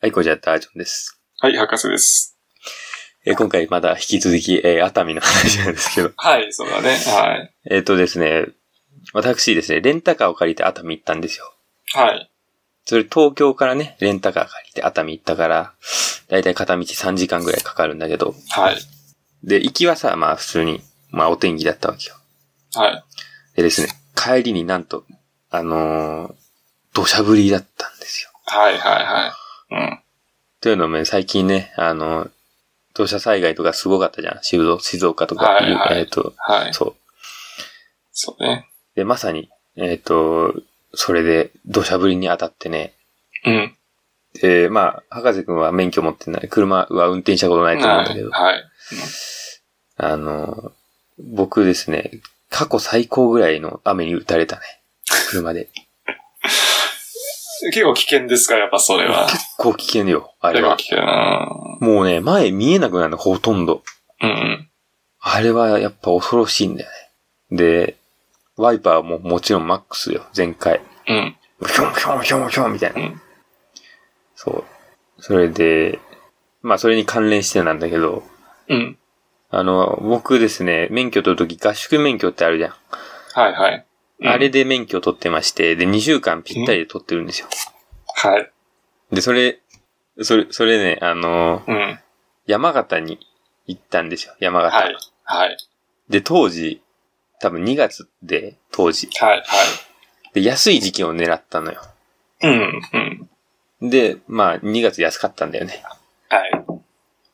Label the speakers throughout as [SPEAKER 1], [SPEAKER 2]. [SPEAKER 1] はい、こちらダージョンです。
[SPEAKER 2] はい、博士です。
[SPEAKER 1] えー今回まだ引き続き、えー熱海の話なんですけど。
[SPEAKER 2] はい、そうだね。はい。
[SPEAKER 1] えっ、とですね、私ですね、レンタカーを借りて熱海行ったんですよ。
[SPEAKER 2] はい。
[SPEAKER 1] それ東京からね、レンタカー借りて熱海行ったから、だいたい片道3時間ぐらいかかるんだけど。
[SPEAKER 2] はい。
[SPEAKER 1] で、行きはさ、まあ普通に、まあお天気だったわけよ。
[SPEAKER 2] はい。
[SPEAKER 1] でですね、帰りになんと、あのー、土砂降りだったんですよ。
[SPEAKER 2] はい、はい、はい。
[SPEAKER 1] というのもね、最近ね、あのー、土砂災害とかすごかったじゃん。静岡静岡とか、
[SPEAKER 2] はいはい
[SPEAKER 1] えっ、と、
[SPEAKER 2] うん。はい。
[SPEAKER 1] そう。
[SPEAKER 2] そうね。
[SPEAKER 1] で、まさに、えっ、と、それで土砂降りに当たってね、
[SPEAKER 2] うん。
[SPEAKER 1] で、まあ、博士くんは免許持ってない、車は運転したことないと思うんだけど、
[SPEAKER 2] はい。
[SPEAKER 1] あの、僕ですね、過去最高ぐらいの雨に打たれたね。車 で。
[SPEAKER 2] 結構危険ですから、やっぱそれは。
[SPEAKER 1] 結構危険よ、 あれ
[SPEAKER 2] 結構
[SPEAKER 1] は。
[SPEAKER 2] 危険な
[SPEAKER 1] もうね、前見えなくなるの、ほとんど。
[SPEAKER 2] うん。
[SPEAKER 1] あれはやっぱ恐ろしいんだよね。で、ワイパーももちろんマックスよ、全開。
[SPEAKER 2] うん。
[SPEAKER 1] ひょんひょんひょんひょんみたいな。
[SPEAKER 2] うん
[SPEAKER 1] そう。それで、まあそれに関連してなんだけど、
[SPEAKER 2] うん。
[SPEAKER 1] あの、僕ですね、免許取るとき合宿免許ってあるじゃん。
[SPEAKER 2] はい、はい。うん
[SPEAKER 1] あれで免許取ってまして、で、2週間ぴったりで取ってるんですよ。
[SPEAKER 2] はい。
[SPEAKER 1] で、それ、それ、それね、あの、
[SPEAKER 2] うん。
[SPEAKER 1] 山形に行ったんですよ、山形。
[SPEAKER 2] はい。はい。
[SPEAKER 1] で、当時、多分2月で、当時。
[SPEAKER 2] はい、はい。
[SPEAKER 1] で、安い時期を狙ったのよ。
[SPEAKER 2] うん。うん。
[SPEAKER 1] で、まあ、2月安かったんだよね。
[SPEAKER 2] はい。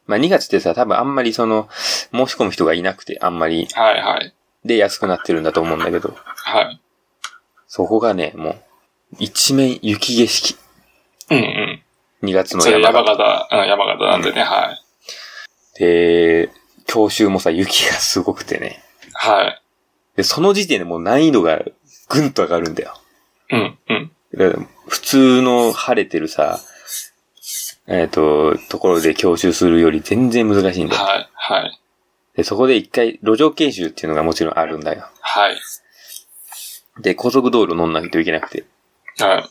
[SPEAKER 1] まあ、2月ってさ、多分あんまりその、申し込む人がいなくて、あんまり、
[SPEAKER 2] はい、はい。
[SPEAKER 1] で安くなってるんだと思うんだけど、
[SPEAKER 2] はい。
[SPEAKER 1] そこがね、もう、一面雪景色。
[SPEAKER 2] うん、うん。
[SPEAKER 1] 2月の
[SPEAKER 2] それ
[SPEAKER 1] 山
[SPEAKER 2] 山
[SPEAKER 1] 形。
[SPEAKER 2] 形、うん、山形なんでね、はい。
[SPEAKER 1] で、教習もさ、雪がすごくてね。
[SPEAKER 2] はい。
[SPEAKER 1] で、その時点でもう難易度がぐんと上がるんだよ。
[SPEAKER 2] うん、うん。
[SPEAKER 1] だから普通の晴れてるさ、えっ、と、ところで教習するより全然難しいんだよ。
[SPEAKER 2] はい、はい。
[SPEAKER 1] で、そこで一回路上研修っていうのがもちろんあるんだよ。
[SPEAKER 2] はい。
[SPEAKER 1] で、高速道路乗んないといけなくて。
[SPEAKER 2] はい。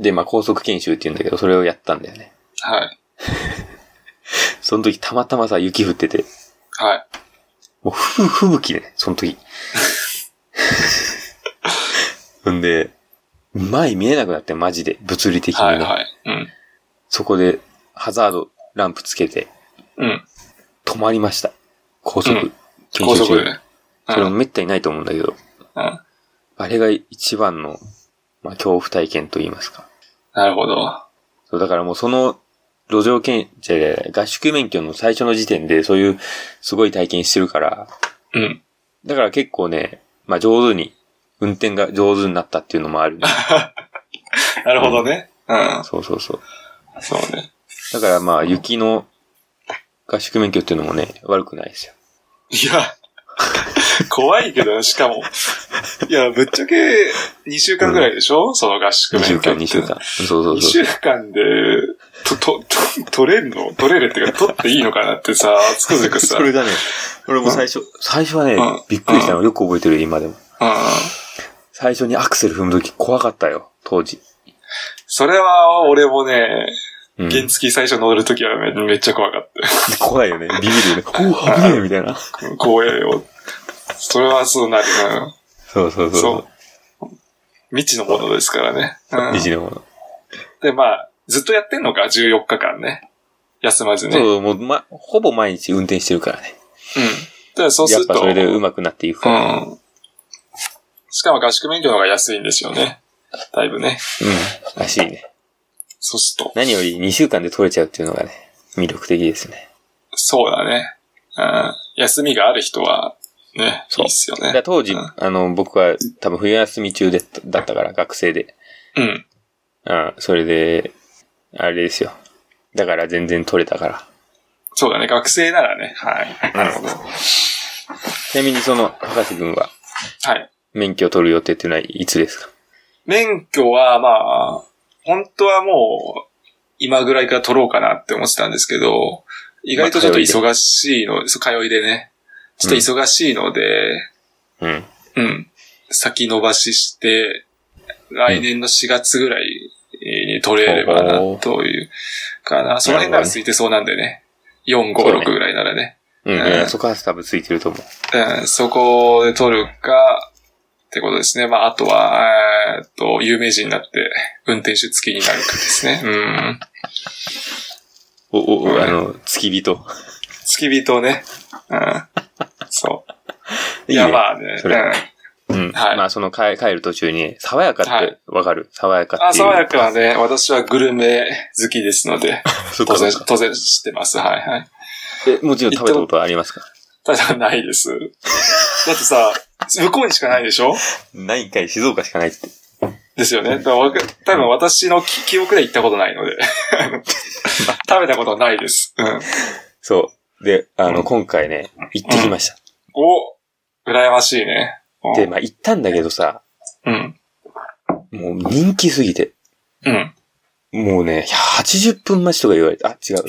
[SPEAKER 1] で、まあ高速研修っていうんだけど、それをやったんだよね。
[SPEAKER 2] はい。
[SPEAKER 1] その時たまたまさ、雪降ってて、
[SPEAKER 2] はい。
[SPEAKER 1] もう、ふ、吹雪ね、その 時。ほんで、前見えなくなって、マジで、物理的にね。
[SPEAKER 2] はい、はい。うん。
[SPEAKER 1] そこで、ハザードランプつけて、
[SPEAKER 2] うん。
[SPEAKER 1] 止まりました。高速。
[SPEAKER 2] うん
[SPEAKER 1] 研
[SPEAKER 2] 高
[SPEAKER 1] 修
[SPEAKER 2] 速
[SPEAKER 1] 中
[SPEAKER 2] でね。
[SPEAKER 1] それもめったにないと思うんだけど、
[SPEAKER 2] うん。
[SPEAKER 1] あれが一番の、まあ、恐怖体験と言いますか。
[SPEAKER 2] なるほど。
[SPEAKER 1] そう、だからもうその、路上検、じゃじゃじゃ合宿免許の最初の時点で、そういう、すごい体験してるから、
[SPEAKER 2] うん。
[SPEAKER 1] だから結構ね、まあ上手に、運転が上手になったっていうの もある、ね。
[SPEAKER 2] なるほどね。うん。
[SPEAKER 1] そうそうそう。
[SPEAKER 2] そうね。
[SPEAKER 1] だからまあ雪の合宿免許っていうのもね、悪くないですよ。
[SPEAKER 2] いや、 怖いけど、しかも。いや、ぶっちゃけ、2週間ぐらいでしょ、その合宿
[SPEAKER 1] 2
[SPEAKER 2] 免許
[SPEAKER 1] 週
[SPEAKER 2] って。
[SPEAKER 1] 間、2週間。。そうそう
[SPEAKER 2] 2
[SPEAKER 1] そう。
[SPEAKER 2] 週間で、と、と、と、取れんの取れるっていうか、取っていいのかなってさ、つくづく さ。
[SPEAKER 1] それがね、俺も最初、最初はね
[SPEAKER 2] うん、
[SPEAKER 1] びっくりしたのよく覚えてる今でも。
[SPEAKER 2] うん。
[SPEAKER 1] 最初にアクセル踏むとき怖かったよ、当時。
[SPEAKER 2] それは、俺もね、
[SPEAKER 1] うん、
[SPEAKER 2] 原付き最初乗るときはめめっちゃ怖かった。
[SPEAKER 1] 怖いよね。ビビるよ ね。おお、危ねえみたいな。
[SPEAKER 2] 怖えよ。それはそうなるな。
[SPEAKER 1] そうそう
[SPEAKER 2] そ。
[SPEAKER 1] そう
[SPEAKER 2] 未知のものですからね。う
[SPEAKER 1] う。
[SPEAKER 2] ん
[SPEAKER 1] 意地のもの。
[SPEAKER 2] で、まあ、ずっとやってんのか、14日間ね。休まずね。うん。
[SPEAKER 1] そう、もう、ま、ほぼ毎日運転してるからね。
[SPEAKER 2] で、そうす
[SPEAKER 1] やっ
[SPEAKER 2] る
[SPEAKER 1] ぱ
[SPEAKER 2] と、
[SPEAKER 1] それで上手くなっていく
[SPEAKER 2] う
[SPEAKER 1] から。
[SPEAKER 2] ん。しかも合宿免許の方が安いんですよね。だいぶね。
[SPEAKER 1] うん。らしいね。
[SPEAKER 2] そうすると、
[SPEAKER 1] 何より2週間で取れちゃうっていうのがね、魅力的ですね。
[SPEAKER 2] そうだね。うん。休みがある人は、ね、い
[SPEAKER 1] そう
[SPEAKER 2] いっすよ
[SPEAKER 1] だから
[SPEAKER 2] ね。
[SPEAKER 1] 当時、
[SPEAKER 2] うん
[SPEAKER 1] あの、僕は多分冬休み中でだったから、学生で。
[SPEAKER 2] うん。
[SPEAKER 1] うん、それで、あれですよ。だから全然取れたから。
[SPEAKER 2] そうだね。学生ならね。はい。なるほど。は。
[SPEAKER 1] ちなみにその、博士君はい免許を取る予定っていうのはいつですか
[SPEAKER 2] 免許は、まあ、本当はもう、今ぐらいから取ろうかなって思ってたんですけど、意外とちょっと忙しいの、そう通いでね。ちょっと忙しいので、
[SPEAKER 1] うん。
[SPEAKER 2] うん、先延ばしして、来年の4月ぐらいに取れればな、というかな。その辺なら空いてそうなんでね。4、
[SPEAKER 1] そう
[SPEAKER 2] 5、
[SPEAKER 1] ね
[SPEAKER 2] 6ぐらいならね。
[SPEAKER 1] うん、
[SPEAKER 2] うん
[SPEAKER 1] いやそこは多分ついてると思う。
[SPEAKER 2] うん、そこで取るか、ってことですね。まあ、あとは、えーっと、有名人になって、運転手付きになるかで すね。うん。
[SPEAKER 1] お、お、
[SPEAKER 2] うん
[SPEAKER 1] お、あの、付き人。
[SPEAKER 2] 付き人ね。うん。そう。いや、
[SPEAKER 1] ね
[SPEAKER 2] まあね。
[SPEAKER 1] そうれ
[SPEAKER 2] ん。
[SPEAKER 1] うん。
[SPEAKER 2] はい
[SPEAKER 1] まあ、その帰帰る途中に、爽やか
[SPEAKER 2] は
[SPEAKER 1] って
[SPEAKER 2] い
[SPEAKER 1] わかる、爽やかっていう。
[SPEAKER 2] あ、爽やかはね、私はグルメ好きですので、
[SPEAKER 1] そうか
[SPEAKER 2] 当
[SPEAKER 1] そ
[SPEAKER 2] 然
[SPEAKER 1] うか、
[SPEAKER 2] 当然知ってます。はいはい。
[SPEAKER 1] え、もちろん食べたことはありますか
[SPEAKER 2] ただないです。だってさ、向こうにしかないでしょ
[SPEAKER 1] ないんかい、静岡しかないって。
[SPEAKER 2] ですよね。だからわか多分私の記記憶で行ったことない ので。あの食べたことないです。うん。
[SPEAKER 1] そう。で、あの、
[SPEAKER 2] うん
[SPEAKER 1] 今回ね、行ってきました。
[SPEAKER 2] お羨ましいね。うん
[SPEAKER 1] で、まあ、行ったんだけどさ、
[SPEAKER 2] うん。
[SPEAKER 1] もう人気すぎて、
[SPEAKER 2] うん。
[SPEAKER 1] もうね、80分待ちとか言われて、あ、違う、そう。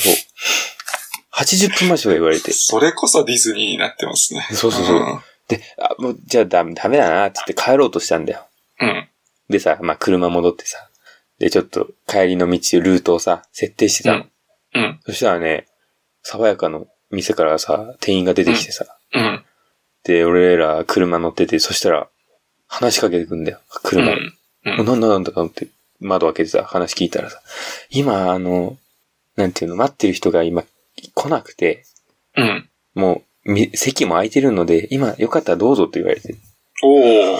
[SPEAKER 1] 80分待ちとか言われて、
[SPEAKER 2] それこそディズニーになってますね。
[SPEAKER 1] そうそうそう
[SPEAKER 2] うん。
[SPEAKER 1] で、あ、もう、じゃあダメダメだな、つって帰ろうとしたんだよ。
[SPEAKER 2] うん。
[SPEAKER 1] でさ、まあ、車戻ってさ、で、ちょっと帰りの道、ルートをさ、設定してたの。
[SPEAKER 2] うん。
[SPEAKER 1] そしたらね、爽やかの店からさ、店員が出てきてさ、
[SPEAKER 2] うん。
[SPEAKER 1] で、俺ら車乗ってて、そしたら、話しかけてくんだよ、
[SPEAKER 2] う
[SPEAKER 1] 車に。
[SPEAKER 2] ん。うん
[SPEAKER 1] おなんだなんだかって、窓開けてさ、話聞いたらさ、今、あの、なんていうの、待ってる人が今、来なくて、
[SPEAKER 2] うん。
[SPEAKER 1] もう、み席も空いてるので、今、よかったらどうぞって言われて、
[SPEAKER 2] おー
[SPEAKER 1] なん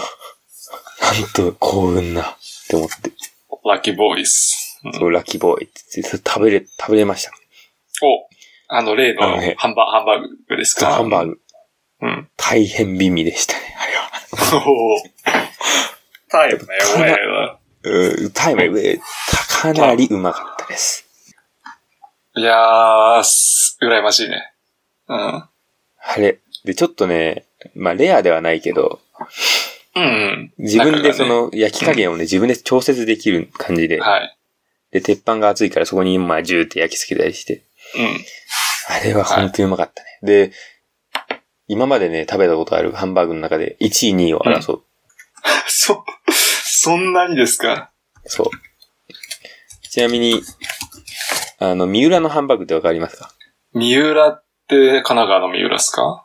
[SPEAKER 1] と幸運な、って思って、
[SPEAKER 2] ラッキーボーイス。うん
[SPEAKER 1] そう、ラッキーボーイって言って食べれ、食べれました。
[SPEAKER 2] おあの、例の
[SPEAKER 1] あのね
[SPEAKER 2] ハンバハンバーグです
[SPEAKER 1] そう
[SPEAKER 2] か
[SPEAKER 1] ハンバーグ。
[SPEAKER 2] うん。
[SPEAKER 1] 大変美味でしたね、あれは。
[SPEAKER 2] おータイム ね、お前は。
[SPEAKER 1] うん、タイム、えかなりうまかったです。
[SPEAKER 2] いやー、す羨ましいね。うん。
[SPEAKER 1] あれ、で、ちょっとね、まあ、レアではないけど、
[SPEAKER 2] うんうん。
[SPEAKER 1] 自分でそ
[SPEAKER 2] 中
[SPEAKER 1] の焼き加減をね、自分で調節できる感じで、
[SPEAKER 2] がね、はい。
[SPEAKER 1] で、鉄板が熱いからそこにまあジューって焼き付けたりして、
[SPEAKER 2] うん。
[SPEAKER 1] あれは本当にうまかったね。で、今までね、食べたことあるハンバーグの中で1位、2位を争う。
[SPEAKER 2] そ、そんなにですか
[SPEAKER 1] そう。ちなみに、あの、三浦のハンバーグってわかりますか
[SPEAKER 2] 三浦って神奈川の三浦っすか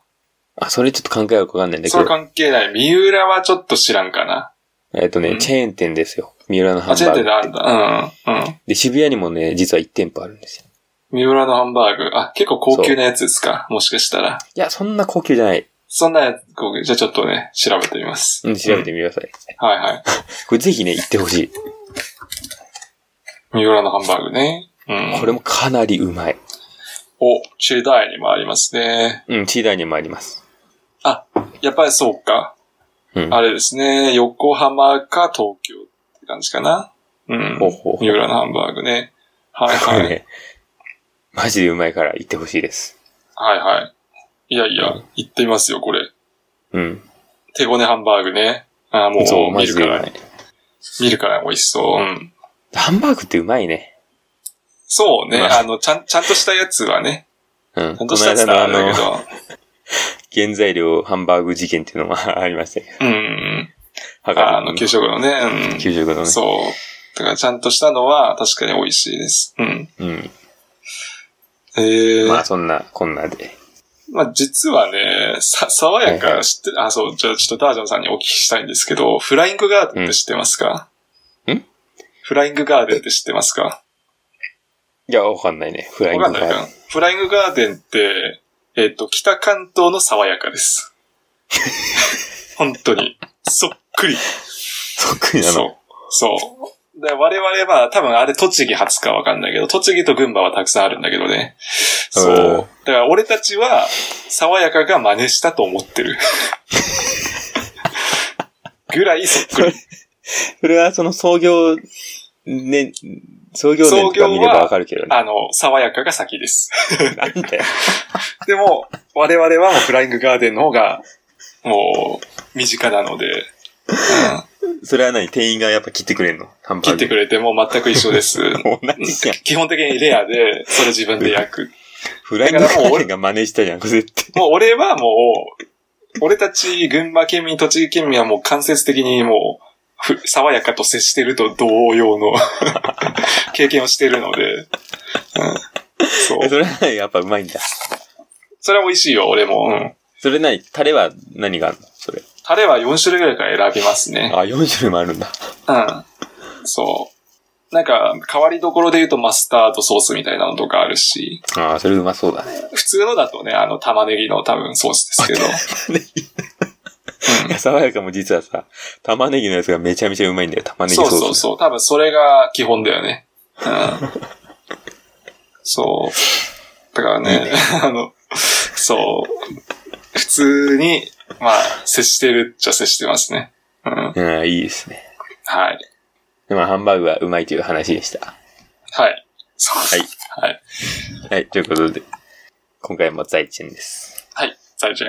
[SPEAKER 1] あ、それちょっと考えはわかんないんだけ
[SPEAKER 2] それ
[SPEAKER 1] ど、
[SPEAKER 2] 関係ない。三浦はちょっと知らんかな。
[SPEAKER 1] えっと
[SPEAKER 2] う
[SPEAKER 1] ね、
[SPEAKER 2] ん
[SPEAKER 1] チェーン店ですよ。三浦のハ
[SPEAKER 2] あ、
[SPEAKER 1] ン
[SPEAKER 2] チェー
[SPEAKER 1] バ
[SPEAKER 2] ン
[SPEAKER 1] ー
[SPEAKER 2] 店
[SPEAKER 1] グ。
[SPEAKER 2] であるんだ。うんうん。うん。
[SPEAKER 1] で、渋谷にもね、実は1店舗あるんですよ。
[SPEAKER 2] 三浦のハンバーグ。あ、結構高級なやつですかもしかしたら。
[SPEAKER 1] いや、そんな高級じゃない。
[SPEAKER 2] そんなやつ、こうじゃあちょっとね、調べてみます。
[SPEAKER 1] うん、調べてみてください。
[SPEAKER 2] はいはい。
[SPEAKER 1] これぜひね、行ってほしい。
[SPEAKER 2] 三浦のハンバーグね。うん。
[SPEAKER 1] これもかなりうまい。
[SPEAKER 2] お、中大にもありますね。
[SPEAKER 1] うん、チーダーにもあります。
[SPEAKER 2] やっぱりそうか。
[SPEAKER 1] うん。
[SPEAKER 2] あれですね。横浜か東京って感じかな。うん。
[SPEAKER 1] ほうほうほう
[SPEAKER 2] 三浦のハンバーグね。はい
[SPEAKER 1] こ
[SPEAKER 2] は
[SPEAKER 1] れ
[SPEAKER 2] い。
[SPEAKER 1] ね、マジでうまいから行ってほしいです。
[SPEAKER 2] はいはい。いやいや、行ってみますよ、これ。
[SPEAKER 1] うん。
[SPEAKER 2] 手ごねハンバーグね。ああ、も
[SPEAKER 1] そう、
[SPEAKER 2] う
[SPEAKER 1] マ
[SPEAKER 2] 見
[SPEAKER 1] ジ
[SPEAKER 2] る
[SPEAKER 1] で
[SPEAKER 2] か
[SPEAKER 1] うま
[SPEAKER 2] ら
[SPEAKER 1] い、。
[SPEAKER 2] 見るから美味しそう。うん。
[SPEAKER 1] ハンバーグってうまいね。
[SPEAKER 2] そうね。
[SPEAKER 1] まあ
[SPEAKER 2] あの、ちゃん、ちゃんとしたやつはね。
[SPEAKER 1] うん。
[SPEAKER 2] ちゃ
[SPEAKER 1] こ
[SPEAKER 2] んとし
[SPEAKER 1] の
[SPEAKER 2] た
[SPEAKER 1] 間
[SPEAKER 2] やつ
[SPEAKER 1] の
[SPEAKER 2] は
[SPEAKER 1] あ
[SPEAKER 2] あれだ
[SPEAKER 1] の
[SPEAKER 2] け、ど。
[SPEAKER 1] 原材料ハンバーグ事件っていうのもありましたけど。
[SPEAKER 2] うんうん。
[SPEAKER 1] は
[SPEAKER 2] あの、給食のね。
[SPEAKER 1] 給食
[SPEAKER 2] う
[SPEAKER 1] の
[SPEAKER 2] ん。
[SPEAKER 1] ね。
[SPEAKER 2] そう。だからちゃんとしたのは確かに美味しいです。うん。
[SPEAKER 1] うん。
[SPEAKER 2] ええ
[SPEAKER 1] まあ、そんな、こんなで。
[SPEAKER 2] まあ、実はね、さ、爽や
[SPEAKER 1] はいは
[SPEAKER 2] か知ってる、あ、そう、じゃあちょっとダージョンさんにお聞きしたいんですけど、フライングガーデンって知ってますか、
[SPEAKER 1] うんん
[SPEAKER 2] フライングガーデンって知ってますか
[SPEAKER 1] いや、わかんないね。フライン
[SPEAKER 2] わ
[SPEAKER 1] グ
[SPEAKER 2] か
[SPEAKER 1] が
[SPEAKER 2] んないかフライングガーデンって、えっ、と、北関東の爽やか です。本当に。そっくり。
[SPEAKER 1] そっくりな
[SPEAKER 2] そ
[SPEAKER 1] の。
[SPEAKER 2] う。そう。で我々は、多分あれ栃木初かわかんないけど、栃木と群馬はたくさんあるんだけどね。そうう。
[SPEAKER 1] ん
[SPEAKER 2] だから俺たちは、爽やかが真似したと思って る。ぐらいそっくり。
[SPEAKER 1] それはその創業、ね、創業年とか見ればわかるけどね。
[SPEAKER 2] あの、爽やかが先です。
[SPEAKER 1] なんだよ。
[SPEAKER 2] でも、我々はもうフライングガーデンの方が、もう、身近なので、うん、
[SPEAKER 1] それは何店員がやっぱ切ってくれんのハンバー
[SPEAKER 2] 切
[SPEAKER 1] グ。
[SPEAKER 2] ってくれても全く一緒です。
[SPEAKER 1] 同じじゃん。
[SPEAKER 2] 基本的にレアで、それ自分で焼く。
[SPEAKER 1] フライングガーデンが真似したじゃん、絶対。
[SPEAKER 2] もう俺はもう、俺たち群馬県民、栃木県民はもう間接的にもうふ、 爽やかと接してると同様の経験をしてるので、うん
[SPEAKER 1] えそれなりやっぱうまいんだ。
[SPEAKER 2] それは美味しいよ、俺も。うん。
[SPEAKER 1] それなり、タレは何があるのそれ。
[SPEAKER 2] タレは4種類ぐらいから選びますね。
[SPEAKER 1] あ、4種類もあるんだ。
[SPEAKER 2] うん。そう。なんか、変わりどころで言うとマスタードソースみたいなのとかあるし、
[SPEAKER 1] ああ、それうまそうだね。
[SPEAKER 2] 普通のだとね、あの、玉ねぎの多分ソースですけど。
[SPEAKER 1] いや爽やかも実はさ、玉ねぎのやつがめちゃめちゃうまいんだよ、玉
[SPEAKER 2] うん、
[SPEAKER 1] ねぎソ
[SPEAKER 2] そ
[SPEAKER 1] ー
[SPEAKER 2] う
[SPEAKER 1] ス。
[SPEAKER 2] そうそう。多分それが基本だよね。うん。そう。だからね、あの、そう。普通に、まあ、接してるっちゃ接してますね。うん。
[SPEAKER 1] うん、いいですね。
[SPEAKER 2] はい。
[SPEAKER 1] でまあ、ハンバーグはうまいという話でした。
[SPEAKER 2] はい。そう。
[SPEAKER 1] はい。
[SPEAKER 2] はい。
[SPEAKER 1] はい、ということで、今回も在賃です。
[SPEAKER 2] はい。再见。